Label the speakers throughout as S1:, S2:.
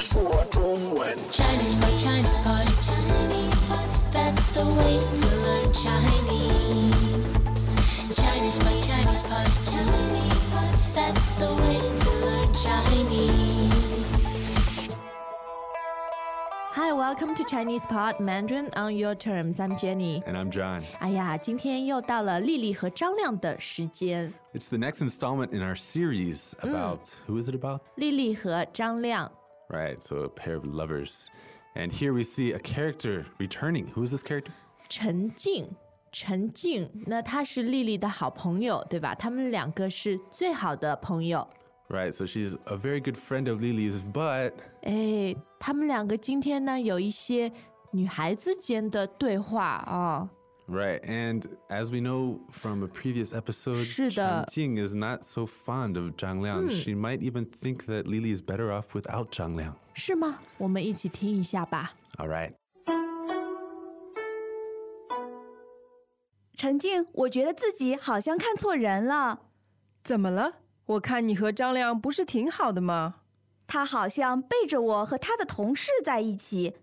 S1: 说中文。
S2: Chinese pot, Chinese pot, Chinese pot. That's the way to learn Chinese. Chinese pot, Chinese pot, Chinese pot. That's the way to learn Chinese.
S3: Hi, welcome to Chinese Pod Mandarin on your terms. I'm Jenny.
S4: And I'm John.
S3: 哎呀，今天又到了丽丽和张亮的时间。
S4: It's the next installment in our series about who is it about?
S3: 丽丽和张亮，
S4: Right, so a pair of lovers. And here we see a character returning. Who is this character?
S3: 陈静，陈静，那她是丽丽的好朋友，对吧？他们两个是最好的朋友。
S4: Right, so she's a very good friend of Lily's, but
S3: 哎，他们两个今天呢有一些女孩子间的对话啊、
S4: right, and as we know from a previous episode,
S3: 是的。
S4: Chang Jing is not so fond of Zhang Liang. She might even think that Lily is better off without Zhang Liang.
S3: 是吗？我们一起听一下吧。
S4: All right.
S5: 陈静，我觉得自己好像看错人了。
S6: 怎么了？我看你和张亮不是挺好的吗？
S5: 他好像背着我和他的同事在一起。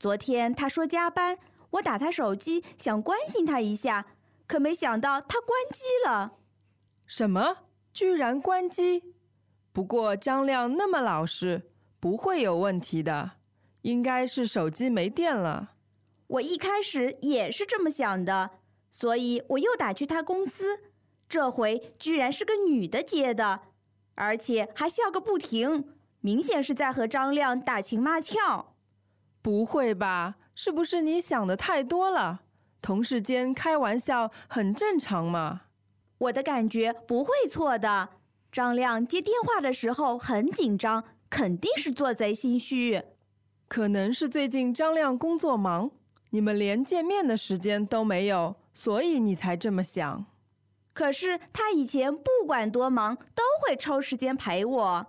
S5: 昨天他说加班，我打他手机想关心他一下，可没想到他关机了。
S6: 什么？居然关机？不过张亮那么老实，不会有问题的，应该是手机没电了。
S5: 我一开始也是这么想的，所以我又打去他公司，这回居然是个女的接的，而且还笑个不停，明显是在和张亮打情骂俏。
S6: 不会吧？是不是你想的太多了？同事间开玩笑很正常嘛。
S5: 我的感觉不会错的。张亮接电话的时候很紧张，肯定是做贼心虚。
S6: 可能是最近张亮工作忙，你们连见面的时间都没有，所以你才这么想。
S5: 可是他以前不管多忙，都会抽时间陪我。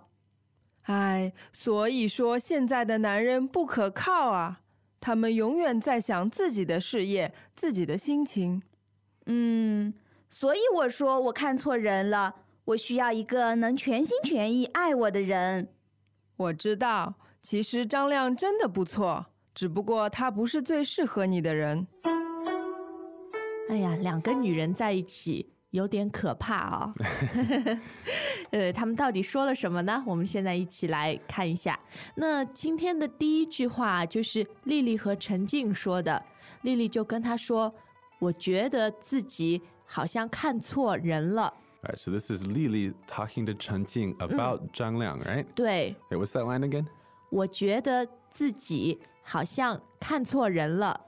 S6: 唉，所以说现在的男人不可靠啊，他们永远在想自己的事业、自己的心情。
S5: 嗯，所以我说我看错人了。我需要一个能全心全意爱我的人。
S6: 我知道，其实张亮真的不错，只不过他不是最适合你的人。
S3: 哎呀，两个女人在一起有点可怕啊、呃，他们到底说了什么呢？我们现在一起来看一下。那今天的第一句话就是丽丽和陈静说的，丽丽就跟她说：“我觉得自己好像看错人了。
S4: All right, so this is Lily talking to Chang Jing about Zhang Liang, right? ”
S3: 对，
S4: Hey, what's that line again?
S3: 我觉得自己好像看错人了，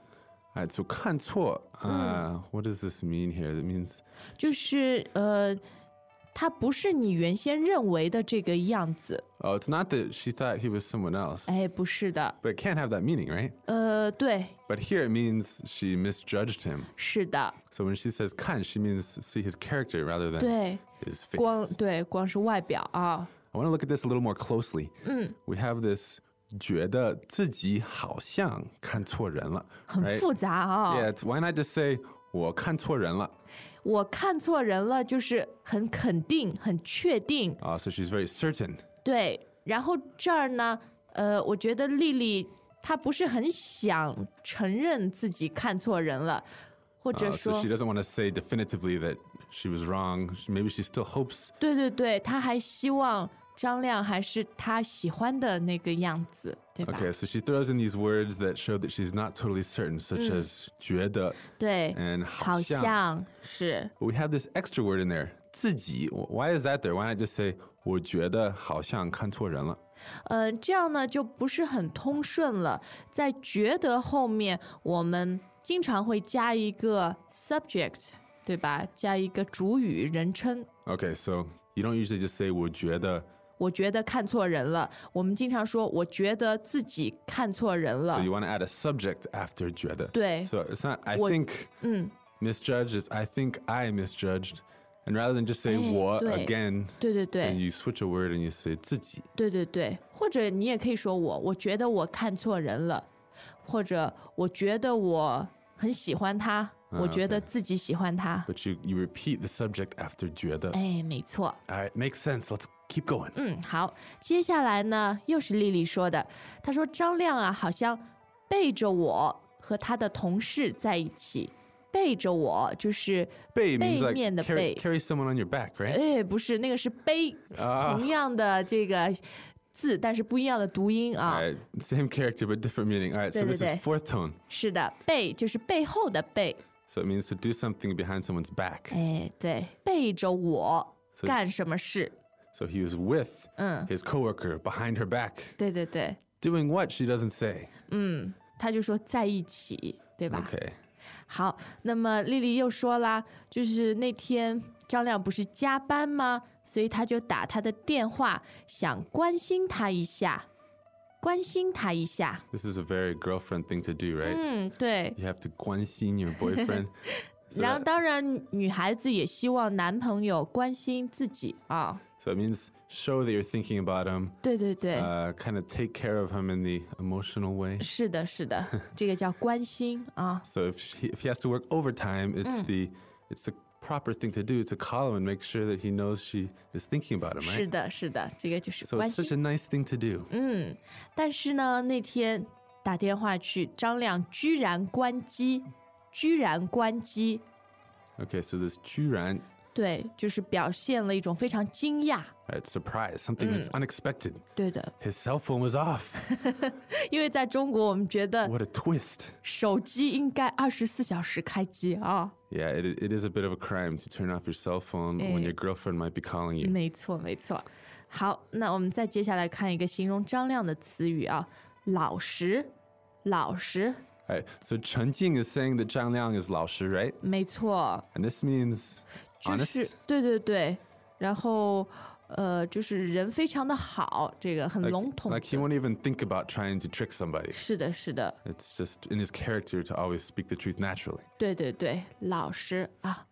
S4: All right, so 看错, uh, what does this mean here? That means
S3: 就是呃，他不是你原先认为的这个样子。
S4: Oh, it's not that she thought he was someone else.
S3: 哎，不是的，
S4: But it can't have that meaning, right?
S3: 呃，对，
S4: But here it means she misjudged him.
S3: 是的，
S4: So when she says kan, she means see his character rather than
S3: 对，
S4: his face.
S3: 光对光是外表啊，
S4: I want to look at this a little more closely. We have this 觉得自己好像看错人了,
S3: 很
S4: right?
S3: 复杂啊。
S4: Yeah, it's, why not just say 我看错人了?
S3: 我看错人了，就是很肯定、很确定。
S4: Uh, so she's very certain.
S3: 对，然后这儿呢，呃，我觉得丽丽她不是很想承认自己看错人了，或
S4: Uh,
S3: 者
S4: so
S3: 说，
S4: she doesn't want to say definitively that she was wrong. She- Maybe she still hopes
S3: 对对对，她还希望张亮还是她喜欢的那个样子，对吧
S4: Okay, so she throws in these words that show that she's not totally certain, such as 觉得
S3: 对，
S4: and
S3: 好
S4: 好像。
S3: 像是
S4: But We have this extra word in there, 自己. Wh- Why is that there? Why not just say 我觉得好像看错人了?
S3: 呃，这样呢就不是很通顺了。在觉得后面，我们经常会加一个 subject，对吧？加一个主语人称。
S4: Okay, so you don't usually just say 我觉得.
S3: 我觉得看错人了。我们经常说，我觉得自己看错人
S4: So
S3: 了。
S4: you want to add a subject after 觉得.
S3: 对
S4: So it's not I
S3: 我-
S4: think
S3: 嗯，
S4: misjudged, it's I think I misjudged. And rather than just say
S3: 哎，
S4: 我
S3: 对。
S4: again,
S3: 对对
S4: and
S3: 对，
S4: you switch a word and you say 自己.
S3: 对对对。或者你也可以说我，我觉得我看错人了，或者我觉得我很喜欢他，我觉得
S4: okay.
S3: 自己喜欢他。
S4: But you, you repeat the subject after 觉得.
S3: 哎，没错，
S4: All right, makes sense. Let's keep going.
S3: 嗯，好，接下来呢，又是丽丽说的，她说张亮啊，好像背着我和他的同事在一起，背着我就是，
S4: 背 means like
S3: 背面的
S4: carry,
S3: 背。
S4: carry someone on your back, right? Uh，
S3: 哎，不是，那个是背，
S4: 啊
S3: Uh，同样的这个字，但是不一样的读音啊
S4: All。right, same character but different meaning. All right, so this is
S3: 对，对，对。
S4: fourth tone.
S3: 是的，背就是背后的背，
S4: So it means to do something behind someone's back.
S3: 哎，对，背着我
S4: 所以
S3: 干什么事？
S4: So he was with
S3: 嗯，
S4: his coworker behind her back.
S3: 对对对，
S4: Doing what? She doesn't say.
S3: 嗯，他就说在一起，对吧
S4: Okay.
S3: 好，那么丽丽又说啦，就是那天张亮不是加班吗？所以他就打他的电话，想关心他一下，关心他一下。
S4: This is a very girlfriend thing to do, right?
S3: 嗯，对。
S4: You have to 关心 your boyfriend. so,
S3: 然后，
S4: that,
S3: 当然，女孩子也希望男朋友关心自己啊。
S4: so it means show that you're thinking about him,
S3: 对对对，
S4: uh, kind of take care of him in the emotional way.
S3: 是的，是的，这个叫关心啊。
S4: So if he, if he has to work overtime, it's the it's the proper thing to do to call him and make sure that he knows she is thinking about him,
S3: 是
S4: right?
S3: 的，是的，这个就是
S4: So
S3: 关
S4: it's
S3: 心
S4: such。a nice thing to do.
S3: 嗯，但是呢，那天打电话去，张亮居然关机，居然关机，
S4: Okay, so this 居然,
S3: 对，就是表现了一种非常惊讶。
S4: right, surprise, something that's unexpected.
S3: 对的，
S4: His cell phone was off.
S3: 因为在中国，我们觉得
S4: what a twist.
S3: 手机应该二十四小时开机啊。
S4: Yeah, it, it is a bit of a crime to turn off your cell phone when
S3: Eh.
S4: your girlfriend might be calling you.
S3: 没错，没错。好，那我们再接下来看一个形容张亮的词语啊，老实，老实，
S4: All right, so Chen Jing is saying that Zhang Liang is Lao Shi, right?
S3: 没错，
S4: And this means
S3: 就
S4: honest.
S3: 是对对对，然后呃，就是人非常的好，这个很
S4: Like-
S3: 笼统的。
S4: like he won't even think about trying to trick somebody.
S3: 是的，是的，
S4: It's just in his character to always speak the truth naturally.
S3: 对对对，老实啊。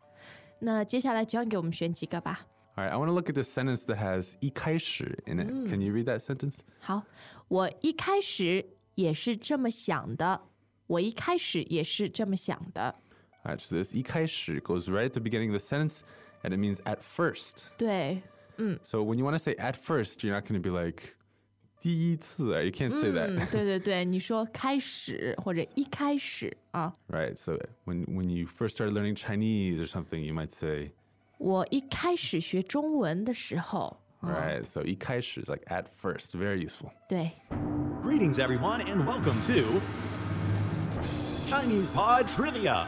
S3: 那接下来就要给我们选几个吧。
S4: All right, I want to look at this sentence that has 一开始 in it. Can you read that sentence?
S3: 好，我一开始也是这么想的，我一开始也是这么想的。
S4: All right, so this 一开始 goes right at the beginning of the sentence and it means at first.
S3: 对，
S4: So when you want to say at first, you're not going to be like 第一次, you can't say
S3: 嗯
S4: that.，
S3: 对对对，你说开始或者一开始啊，
S4: right? So when when you first started learning Chinese or something, you might say
S3: 我一开始学中文的时候，
S4: right. So 一开始 is like at first, very useful.
S3: 对，
S1: Greetings, everyone, and welcome to Chinese Pod Trivia.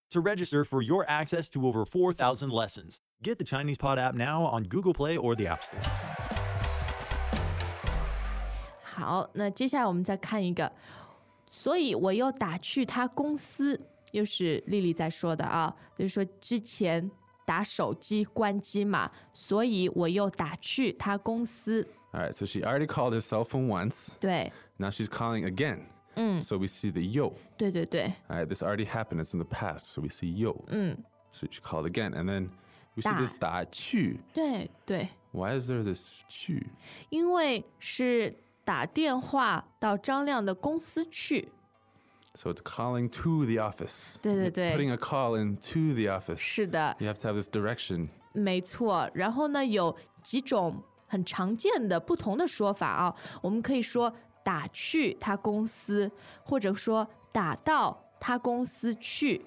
S1: to register for your access to over 4,000 lessons. Get the Chinese Pod app now on Google Play or the App Store.
S3: 好，那接下来我们再看一个，所以我又打去他公司，又是丽丽在说的啊，就是说之前打手机关机嘛，所以我又打去他公司，
S4: All right. So she already called his cell phone once.
S3: 对，
S4: Now she's calling again. So we see the yo.
S3: 对对对，
S4: All right, this already happened. It's in the past. So we see yo. So she called again. And then we see this da chu.
S3: 对对，
S4: Why is there this chu?
S3: 因为是打电话到张亮的公司去，
S4: So it's calling to the office.
S3: 对，对，对。
S4: Putting a call into the office.
S3: 是的，
S4: You have to have this direction.
S3: 没错，然后呢，有几种很常见的不同的说法啊，我们可以说打去他公司，或者说打到他公司去，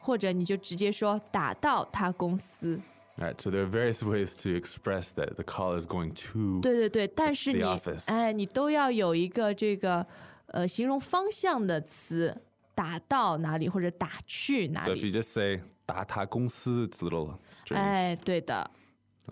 S3: 或者你就直接说打到他公司。
S4: All right, so there are various ways to express that the call is going to.
S3: 对对对，但是
S4: The
S3: 你
S4: office
S3: 哎，你都要有一个这个呃形容方向的词，打到哪里或者打去哪
S4: So if you
S3: 里。
S4: just say 达他公司, it's a little strange.
S3: 哎，对的。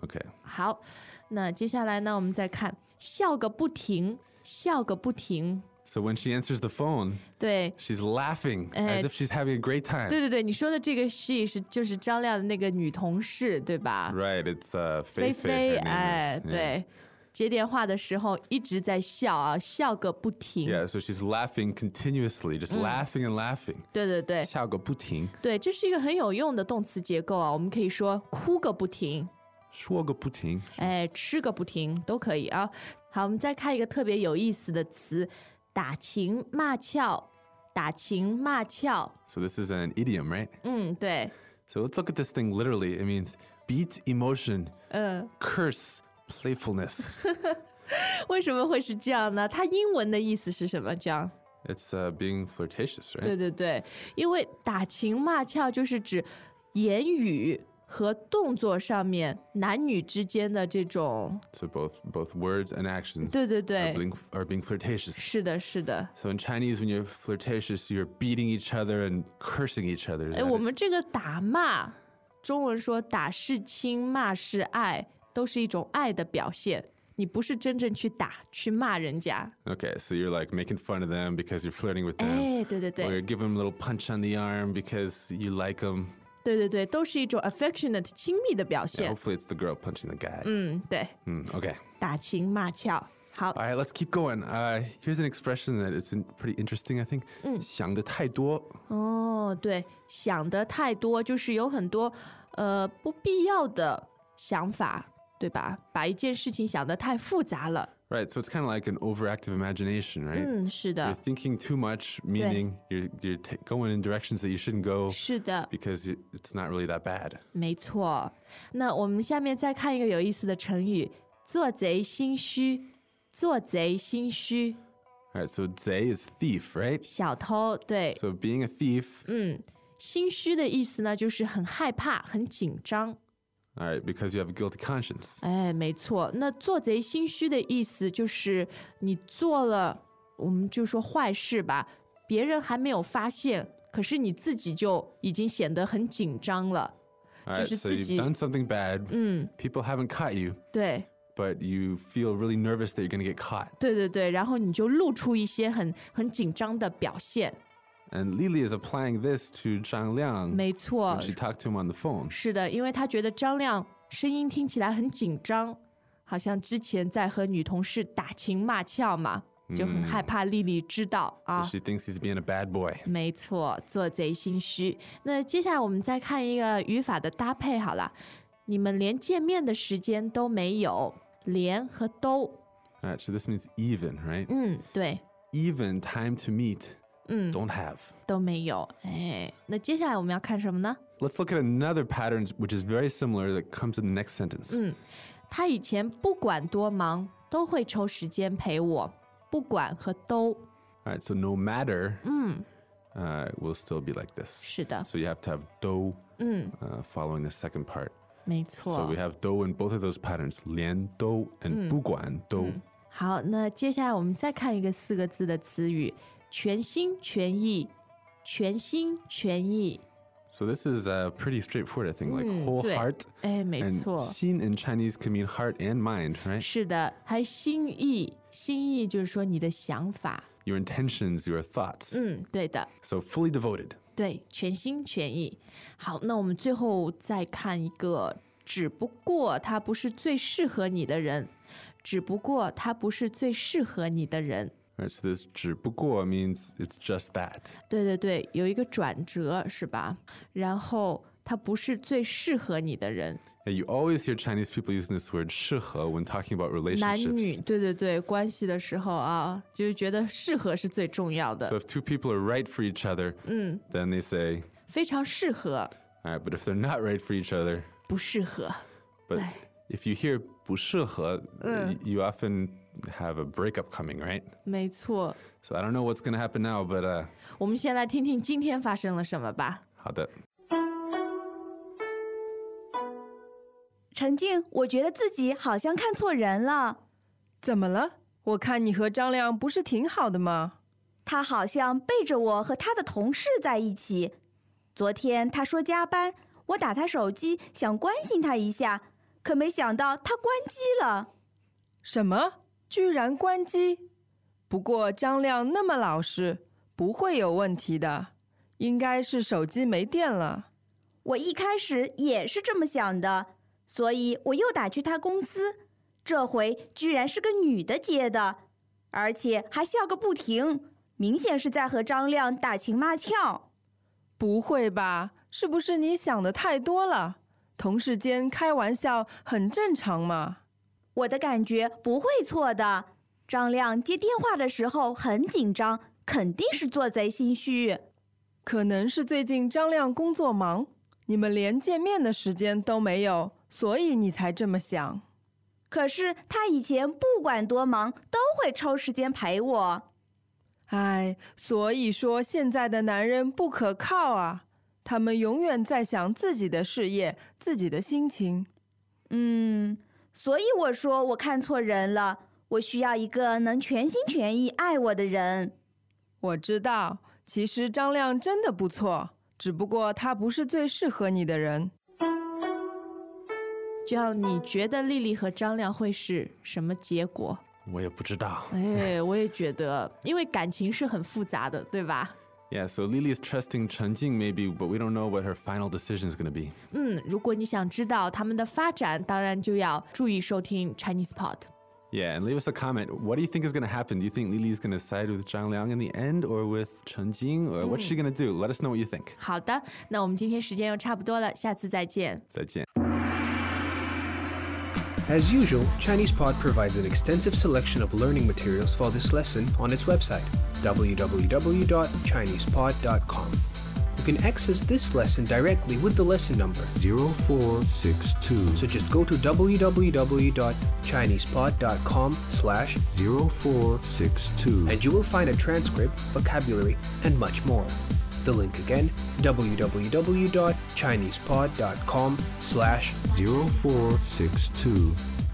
S4: okay.
S3: 好，那接下来呢，我们再看笑个不停，笑个不停。
S4: So when she answers the phone,
S3: 对，
S4: she's laughing as
S3: Uh,
S4: if she's having a
S3: 对
S4: great time.
S3: 对对，你说的这个 she 是就是张亮的那个女同事，对吧？
S4: Right, it's uh,
S3: 菲
S4: Fei Fei.
S3: 菲，
S4: her name
S3: 哎
S4: is.，Yeah.
S3: 对，接电话的时候一直在笑啊，笑个不停。
S4: Yeah, so she's laughing continuously, just laughing and laughing.
S3: 对对对
S4: 笑个不停,
S3: 对，这是一个很有用的动词结构啊，我们可以说哭个不停，
S4: 说个不停,
S3: 哎，吃个不停都可以啊。好，我们再看一个特别有意思的词，打情骂俏，打情骂俏。
S4: So this is an idiom, right?
S3: 嗯，对，
S4: So let's look at this thing literally. It means beat emotion,
S3: 嗯、
S4: Uh. curse playfulness.
S3: 为什么会是这样呢？它英文的意思是什么？这样？
S4: it's uh, being flirtatious, right?
S3: 对对对，因为打情骂俏就是指言语和动作上面男女之间的这种，
S4: So both both words and actions
S3: 对对
S4: are
S3: 对，
S4: being, are being flirtatious.
S3: 是的，是的。
S4: So in Chinese, when you're flirtatious, you're beating each other and cursing each other. Is
S3: 哎，
S4: that
S3: 我
S4: it?
S3: 们这个打骂，中文说打是亲，骂是爱，都是一种爱的表现。你不是真正去打去骂人家，
S4: Okay, so you're like making fun of them because you're flirting with them.
S3: 哎，对对
S4: Or
S3: 对
S4: you're giving them a little punch on the arm because you like them.
S3: 对对对，都是一种 affectionate 亲密的表
S4: Yeah,
S3: 现。
S4: hopefully, it's the girl punching the guy.
S3: 嗯，对，
S4: Mm, okay.
S3: 打情骂俏。好
S4: All，right, let's keep going. Uh, here's an expression that is in- pretty interesting, I think. 想得太多.
S3: 哦，对，想的太多，就是有很多呃不必要的想法，对吧？把一件事情想得太复杂了。
S4: Right, so it's kind of like an overactive imagination, right?
S3: 嗯，是
S4: You're
S3: 的，
S4: thinking too much, meaning you're, you're ta going in directions that you shouldn't go
S3: 是的，
S4: because you, it's not really that bad.
S3: 没错。那我们下面再看一个有意思的成语：做贼心虚。做贼心虚，
S4: All right, so Zay is thief, right?
S3: 小偷对，
S4: So being a thief,
S3: 嗯，心虚的意思呢，就是很害怕、很紧张。
S4: all right, because you have a guilty conscience.
S3: 哎，没错。那做贼心虚的意思就是你做了，我们就说坏事吧，别人还没有发现，可是你自己就已经显得很紧张了。
S4: All right, so
S3: 就
S4: you've
S3: 是自己-
S4: done something bad.
S3: 嗯，
S4: People haven't caught you,
S3: 对，
S4: but you feel really nervous that you're going to get caught.
S3: 对对对。然后你就露出一些很很紧张的表现。
S4: And Lily is applying this to Zhang Liang
S3: 没错
S4: when，she talked to him on the phone.
S3: 是的，因为他觉得张亮声音听起来很紧张，好像之前在和女同事打情骂俏嘛，就很害怕丽丽知道、啊。
S4: So she thinks he's being a bad boy.
S3: 没错，做贼心虚。那接下来我们再看一个语法的搭配好了，你们连见面的时间都没有，连和都，
S4: All right, so this means even, right?
S3: 嗯，对，
S4: Even time to meet,
S3: 嗯，
S4: don't have.
S3: 都没有。哎，那接下来我们要看什么呢？
S4: Let's look at another pattern which is very similar that comes in the next sentence.
S3: 他以前不管多忙都会抽时间陪我，不管和都，
S4: All right, so no matter uh, will still be like this.
S3: 是的，
S4: So you have to have do
S3: 嗯，
S4: uh, following the second part.
S3: 没
S4: So
S3: 错
S4: we。have do in both of those patterns, lian do and buguan do.
S3: 好，那接下来我们再看一个四个字的词语：全心全意，全心全意。
S4: So this is uh, pretty straightforward, I think, like
S3: 嗯，
S4: whole
S3: 对。
S4: heart
S3: 哎，没
S4: and
S3: 错，
S4: xin in Chinese can mean heart and mind, right?
S3: 是的，还心意，心意就是说你的想法。
S4: Your intentions, your thoughts.
S3: 嗯，对的，
S4: So fully devoted.
S3: 对，全心全意。好，那我们最后再看一个，只不过他不是最适合你的人，只不过他不是最适合你的人。
S4: All right, so this 只不过 means it's just that.
S3: 对对对，有一个转折是吧？然后他不是最适合你的人，
S4: Yeah, you always hear Chinese people using this word 适合 when talking about
S3: 男女
S4: relationships.
S3: 对对对关系的时候啊，就是觉得适合是最重要
S4: So
S3: 的，
S4: if two people are right for each other, then they say,
S3: 非常适合，
S4: all right, but if they're not right for each other,
S3: 不适合。 哎
S4: but if you hear 不适合, y- you often have a breakup coming, right?
S3: 没错，
S4: So I don't know what's going to happen now, but uh,
S3: 我们先来听听今天发生了什么吧。
S4: how that.
S5: 陈静，我觉得自己好像看错人了，
S6: 怎么了？我看你和张亮不是挺好的吗？
S5: 他好像背着我和他的同事在一起。昨天他说加班，我打他手机想关心他一下，可没想到他关机了。
S6: 什么？居然关机？不过张亮那么老实，不会有问题的，应该是手机没电了。
S5: 我一开始也是这么想的，所以我又打去他公司，这回居然是个女的接的，而且还笑个不停，明显是在和张亮打情骂俏。
S6: 不会吧？是不是你想的太多了？同事间开玩笑很正常嘛。
S5: 我的感觉不会错的。张亮接电话的时候很紧张，肯定是做贼心虚。
S6: 可能是最近张亮工作忙，你们连见面的时间都没有，所以你才这么想。
S5: 可是他以前不管多忙，都会抽时间陪我。
S6: 唉，所以说现在的男人不可靠啊，他们永远在想自己的事业、自己的心情。
S5: 嗯，所以我说我看错人了，我需要一个能全心全意爱我的人。
S6: 我知道，其实张亮真的不错，只不过他不是最适合你的人。
S3: 就要你觉得丽丽和张亮会是什么结果？
S4: 我也不知道。
S3: 哎，我也觉得，因为感情是很复杂的，对吧？
S4: Yeah, so Lily is trusting Chen Jing maybe, but we don't know what her final decision is going to be.
S3: 嗯，如果你想知道他们的发展，当然就要注意收听 Chinese Pod。
S4: Yeah, and leave us a comment. What do you think is going to happen? Do you think Lily is going to side with Zhang Liang in the end or with Chen Jing? Or what's she going to do? Let us know what you think.
S3: 好的，那我们今天时间又差不多了，下次再见。
S4: 再见.
S7: As usual, ChinesePod provides an extensive selection of learning materials for this lesson on its website, www.chinesepod.com. You can access this lesson directly with the lesson number,
S8: 0462
S7: so just go to www.chinesepod.com slash
S8: 0462
S7: and you will find a transcript, vocabulary, and much more. The link again, www.chinesepod.com slash
S8: 0462